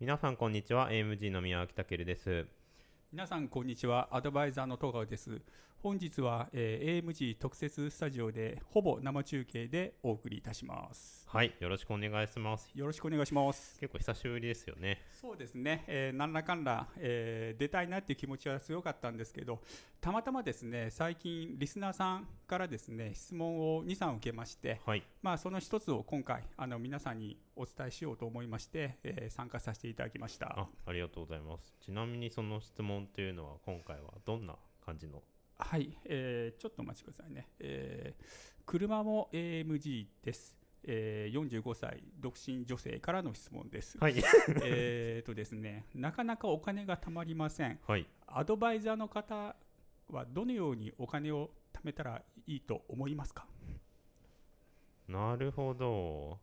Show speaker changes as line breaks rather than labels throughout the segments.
皆さんこんにちは AMG の宮脇健です
皆さんこんにちはアドバイザーの戸川です本日は、えー AMG 特設スタジオでほぼ生中継でお送りいたします
はいよろしくお願いします
よろしくお願いします
結構久しぶりですよね
そうですね、えーなんらかんら、えー出たいなっていう気持ちは強かったんですけどたまたまですね最近リスナーさんからですね質問を2、3受けまして
はい
まあその一つを今回あの皆さんにお伝えしようと思いまして、えー参加させていただきました
あありがとうございますちなみにその質問というのは今回はどんな感じの
はい、えーちょっとお待ちくださいね、えー車も AMG です、えー45歳独身女性からの質問 です、
はい
えーとですねなかなかお金が貯まりません
はい
アドバイザーの方はどのようにお金を貯めたらいいと思いますか
なるほど、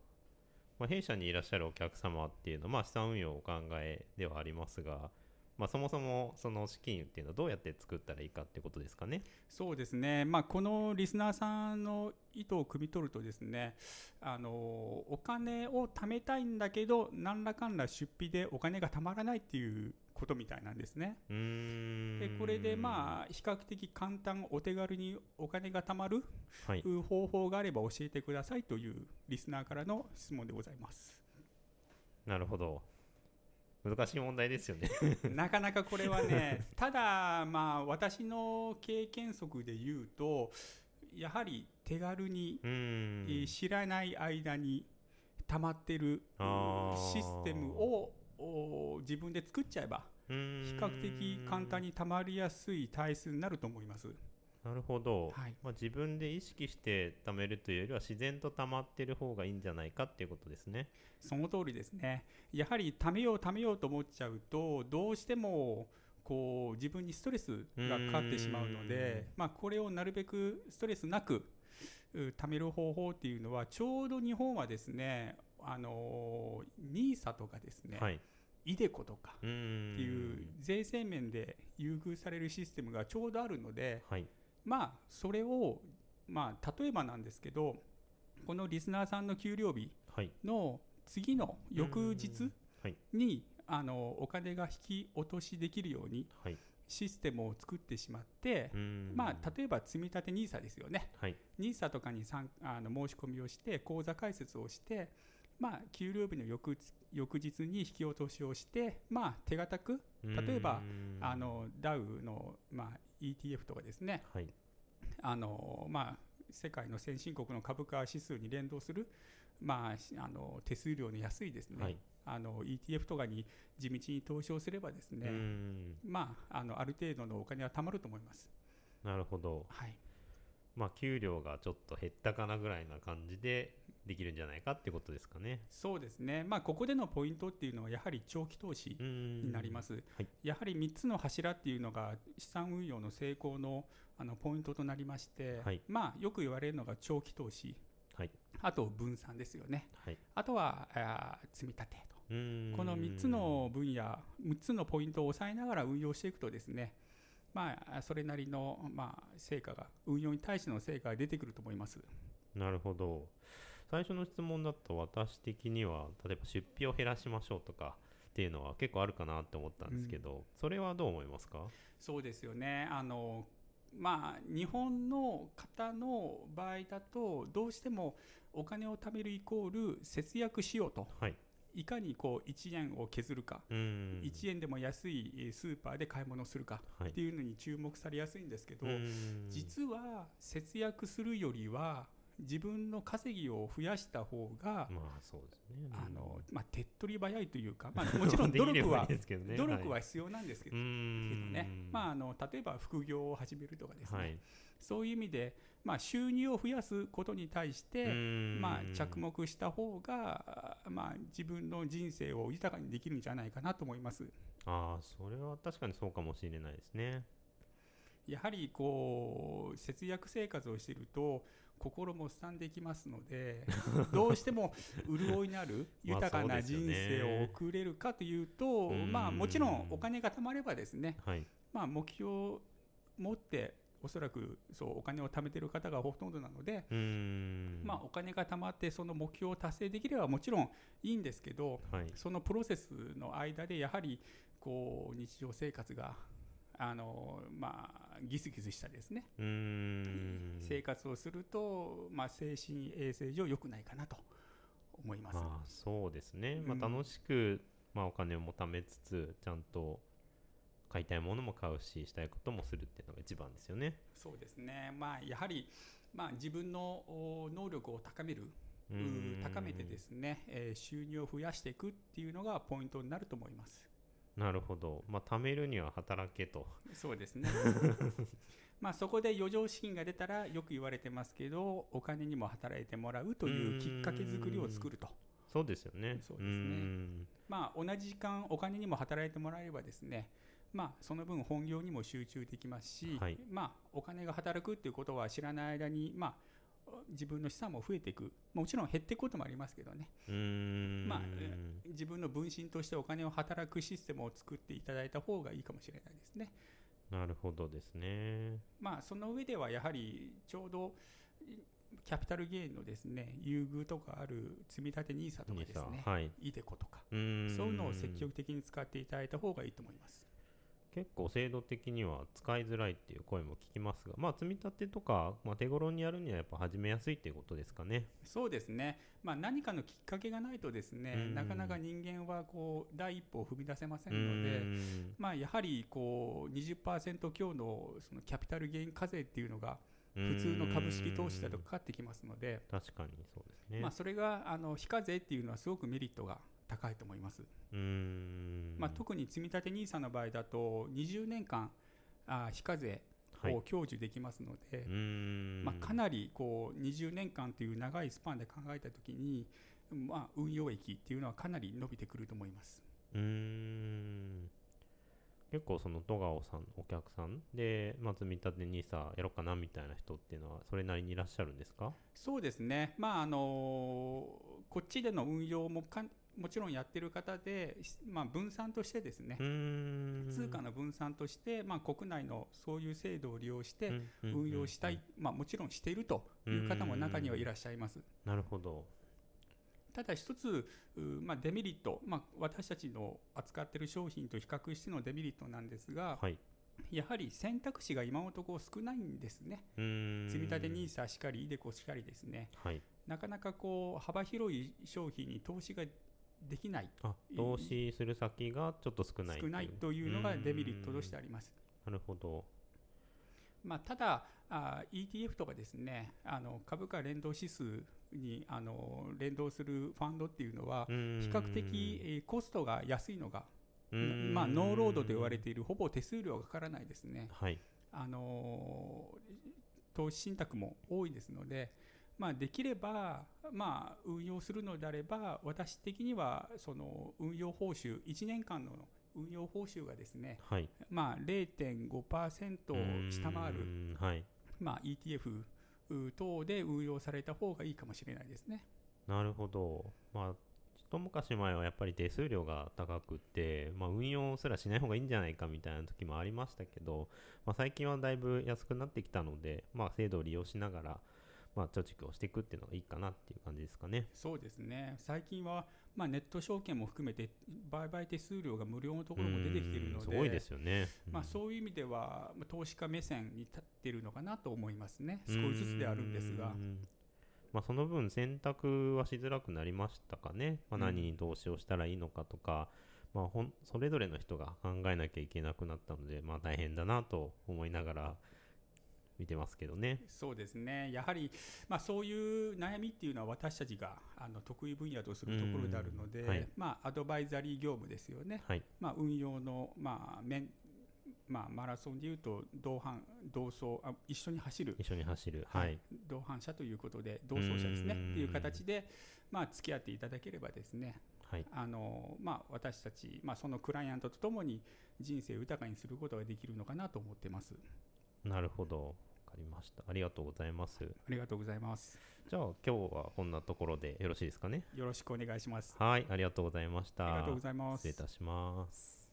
まあ、弊社にいらっしゃるお客様っていうのは、まあ、資産運用をお考えではありますが、まあ、そもそもその資金っていうのはどうやって作ったらいいかってことですかね
そうですね、まあ、このリスナーさんの意図を汲み取るとですねあのお金を貯めたいんだけど何らかんら出費でお金が貯まらないっていうことみたいなんですね。
うー
で
ん
これでまあ比較的簡単お手軽にお金が貯まる
あはい
方法があれば教えてくださいというリスナーからの質問でございます
なるほど難しい問題ですよね
なかなかこれは ねただまあ私の経験則で言うとやはり手軽に
うーん
知らない間に溜まってる
あー
システムをお自分で作っちゃえば
う
比
ーん
較的簡単に溜まりやすい体質になると思います。
なるほど、
はい
まあ、自分で意識して貯めるというよりは自然と貯まってる方がいいんじゃないかっていうことですね
その通りですね。やはり貯めよう貯めようと思っちゃうとどうしてもこう自分にストレスがかかってしまうのでまあ、これをなるべくストレスなくう貯める方法っていうのはちょうど日本はですねあの NISA とかですね、、
はいい
iDeCo とか
うーん
っていう税制面で優遇されるシステムがちょうどあるので、
はい
まあそれをまあ例えばなんですけどこのリスナーさんの給料日
はい
の次の翌日
はい
にあのお金が引き落としできるように
はい
システムを作ってしまって
う、ーん
まあ、例えば積み立て NISA ですよね
はい
NISA とかに参あの申し込みをして口座開設をして、まあ、給料日の翌日翌日に引き落としをして、まあ、手堅く例えば
うーん
あのダウの、まあ、ETF とかですね
はい
あのまあ世界の先進国の株価指数に連動する、まあ、しあの手数料の安いですね、
はい
あの ETF とかに地道に投資をすればです
うー
ね、
ん
まあ、あのある程度のお金は貯まると思います。
なるほど
はい、
まあ給料がちょっと減ったかなぐらいな感じでできるんじゃないかってことですかね
そうですね、まあ、ここでのポイントっていうのはやはり長期投資
うーん
になります、
はい
やはり3つの柱っていうのが資産運用の成功のあのポイントとなりまして、
はい
まあ、よく言われるのが長期投資
はい
あと分散ですよね
はい
あとはあー積み立てと
うーん
この3つの分野、6つのポイントを抑えながら運用していくとですね、まあ、それなりの、まあ、成果が、運用に対しての成果が出てくると思います。
なるほど最初の質問だと私的には例えば出費を減らしましょうとかっていうのは結構あるかなって思ったんですけど、それはどう思いますか
そうですよね。あのまあ、日本の方の場合だと、どうしてもお金を貯めるイコール節約しようと、
はい
いかにこう1円を削るか、
うーん
1円でも安いえースーパーで買い物をするか
はい
っていうのに注目されやすいんですけど、
うーん
実は節約するよりは自分の稼ぎを増やした方が、
まあそうですね
あのまあ、手っ取り早いという か、まあ、もちろん
で
努
きれ
力
ばい
はい
ですけどね
努力
は
はい必要なんですけ
う
ど,、
ーん
ねまあ、あの例えば副業を始めるとかですね、
はい
そういう意味で、まあ、収入を増やすことに対して、
ま
まあ、着目した方が、まあ、自分の人生を豊かにできるんじゃないかなと思います。
ああそれは確かにそうかもしれないですね
やはりこう節約生活をしていると心もすさんできますの でどうしても潤いのある
まあ
豊かな
そうですよ
人
ね
生を送れるかというと、
うん
まあ、もちろんお金が貯まればですね、
はい
まあ、目標を持っておそらくそうお金を貯めてる方がほとんどなので、
うーん
まあ、お金が貯まってその目標を達成できればもちろんいいんですけど
はい
そのプロセスの間でやはりこう日常生活があの、まあ、ギスギスしたりですね
うーん
生活をすると、まあ、精神衛生上良くないかなと思います。
まあそうですね、
うん
まあ、楽しく、まあ、お金も貯めつつちゃんと買いたいものも買うししたいこともするっていうのが一番ですよね。
そうですね、まあ、やはり、まあ、自分のお能力を高める、
う
う
ーん
高めてですね、えー収入を増やしていくっていうのがポイントになると思います。
なるほど、まあ、貯めるには働けと。
そうで すね。まあそこで余剰資金が出たらよく言われてますけどお金にも働いてもらうというきっかけ作りを作ると
そうですよね。
そうですね
ーん
まあ同じ時間お金にも働いてもらえればですねまあその分本業にも集中できますし、
はい
まあお金が働くっていうことは知らない間にまあ自分の資産も増えていくもちろん減っていくこともありますけどね
うーん
まあ自分の分身としてお金を働くシステムを作っていただいた方がいいかもしれないですね。
なるほどですね。
まあ、その上ではやはりちょうどいキャピタルゲインのですね優遇とかある積み立て NISA とかですね、
はい、
イデコとか、
うーん
そういうのを積極的に使っていただいた方がいいと思います。
結構制度的には使いづらいっていう声も聞きますが、まあ、積み立てとか、まあ、手頃にやるにはやっぱ始めやすいっていうことですかね。
そうですね、まあ、何かのきっかけがないとですね、
うん
なかなか人間はこう第一歩を踏み出せませ
うん
ので、
ーん
まあ、やはりこう20%強のそのキャピタルゲイン課税っていうのが普通の株式投資だとかかってきますので、
確かにそうですね。
まあ、それがあの非課税っていうのはすごくメリットが高いと思います。
うーん
まあ、特に積立 NISA の場合だと20年間あー非課税
はい
を享受できますので、
うーん
まあ、かなりこう20年間という長いスパンで考えたときに、まあ、運用益っていうのはかなり伸びてくると思います。
うーん結構その戸川さんお客さんで、まあ、積み立て NISA やろうかなみたいな人っていうのはそれなりにいらっしゃるんですか
そうですね、まああのこっちでの運用もかんもちろんやってる方で、しまあ、分散としてですね
う、ーん
通貨の分散として、まあ、国内のそういう制度を利用して、
うんうん
運用したい、まあ、もちろんしているという方も中にはいらっしゃいます。
なるほど
ただ一つ、うーまあ、デメリット、まあ、私たちの扱っている商品と比較してのデメリットなんですが、
はい
やはり選択肢が今のところ少ないんですね。
うーん
積み立て NISA しかり、イデコしかりですね。
はい
なかなかこう、幅広い商品に投資ができない、
あ投資する先がちょっと少ない
少ないというのがデメリットとして
う
あります。
ーんなるほど
まあ、ただあー、ETF とかですね、あの株価連動指数にあの連動するファンドっていうのは、比
比
較的、えーコストが安いのが
ま
まあ、ノーロードと言われているほぼ手数料がかからないですね、
はい
あのー投資信託も多いですので、まあ、できれば、まあ、運用するのであれば私的にはその運用報酬1年間の運用報酬がですね、
はい
まあ、0.5%を下回
うー
る、
んはい
まあ、ETF 等で運用された方がいいかもしれないですね。
なるほど。まあ、一昔前はやっぱり手数料が高くて、まあ、運用すらしない方がいいんじゃないかみたいな時もありましたけど、まあ、最近はだいぶ安くなってきたので、まあ、制度を利用しながら、まあ、貯蓄をしていくっていうのがいいかなっていう感じですかね。
そうですね最近は、まあ、ネット証券も含めて売買手数料が無料のところも出てきているの
うんす
で、
ごいですよね。
まあ、
うん
そういう意味では、まあ投資家目線に立っているのかなと思いますね、少しずつではあるんですが
う、んまあ、その分選択はしづらくなりましたかね、まあ、
うん
何に投資をしたらいいのかとか、まあ、ほんそれぞれの人が考えなきゃいけなくなったので、まあ、大変だなと思いながら見てますけどね。
そうですね、やはり、まあ、そういう悩みっていうのは、私たちがあの得意分野とするところであるので、
うんはい
まあ、アドバイザリー業務ですよね、
はい、
まあ、運用の、まあ面まあ、マラソンでいうと同伴、同走あ、一緒に走る。
一緒に走る、はい、
同伴者ということで、同走者ですね、
うん
っていう形で、まあ、付き合っていただければですね、
はい、
あのまあ、私たち、まあ、そのクライアントとともに人生を豊かにすることができるのかなと思ってます。
なるほど、わかりました。ありがとうございます。
ありがとうございます。
じゃあ、今日はこんなところでよろしいですかね。
よろしくお願いします。
はい、ありがとうございました。
ありがとうございます
失礼い。たします。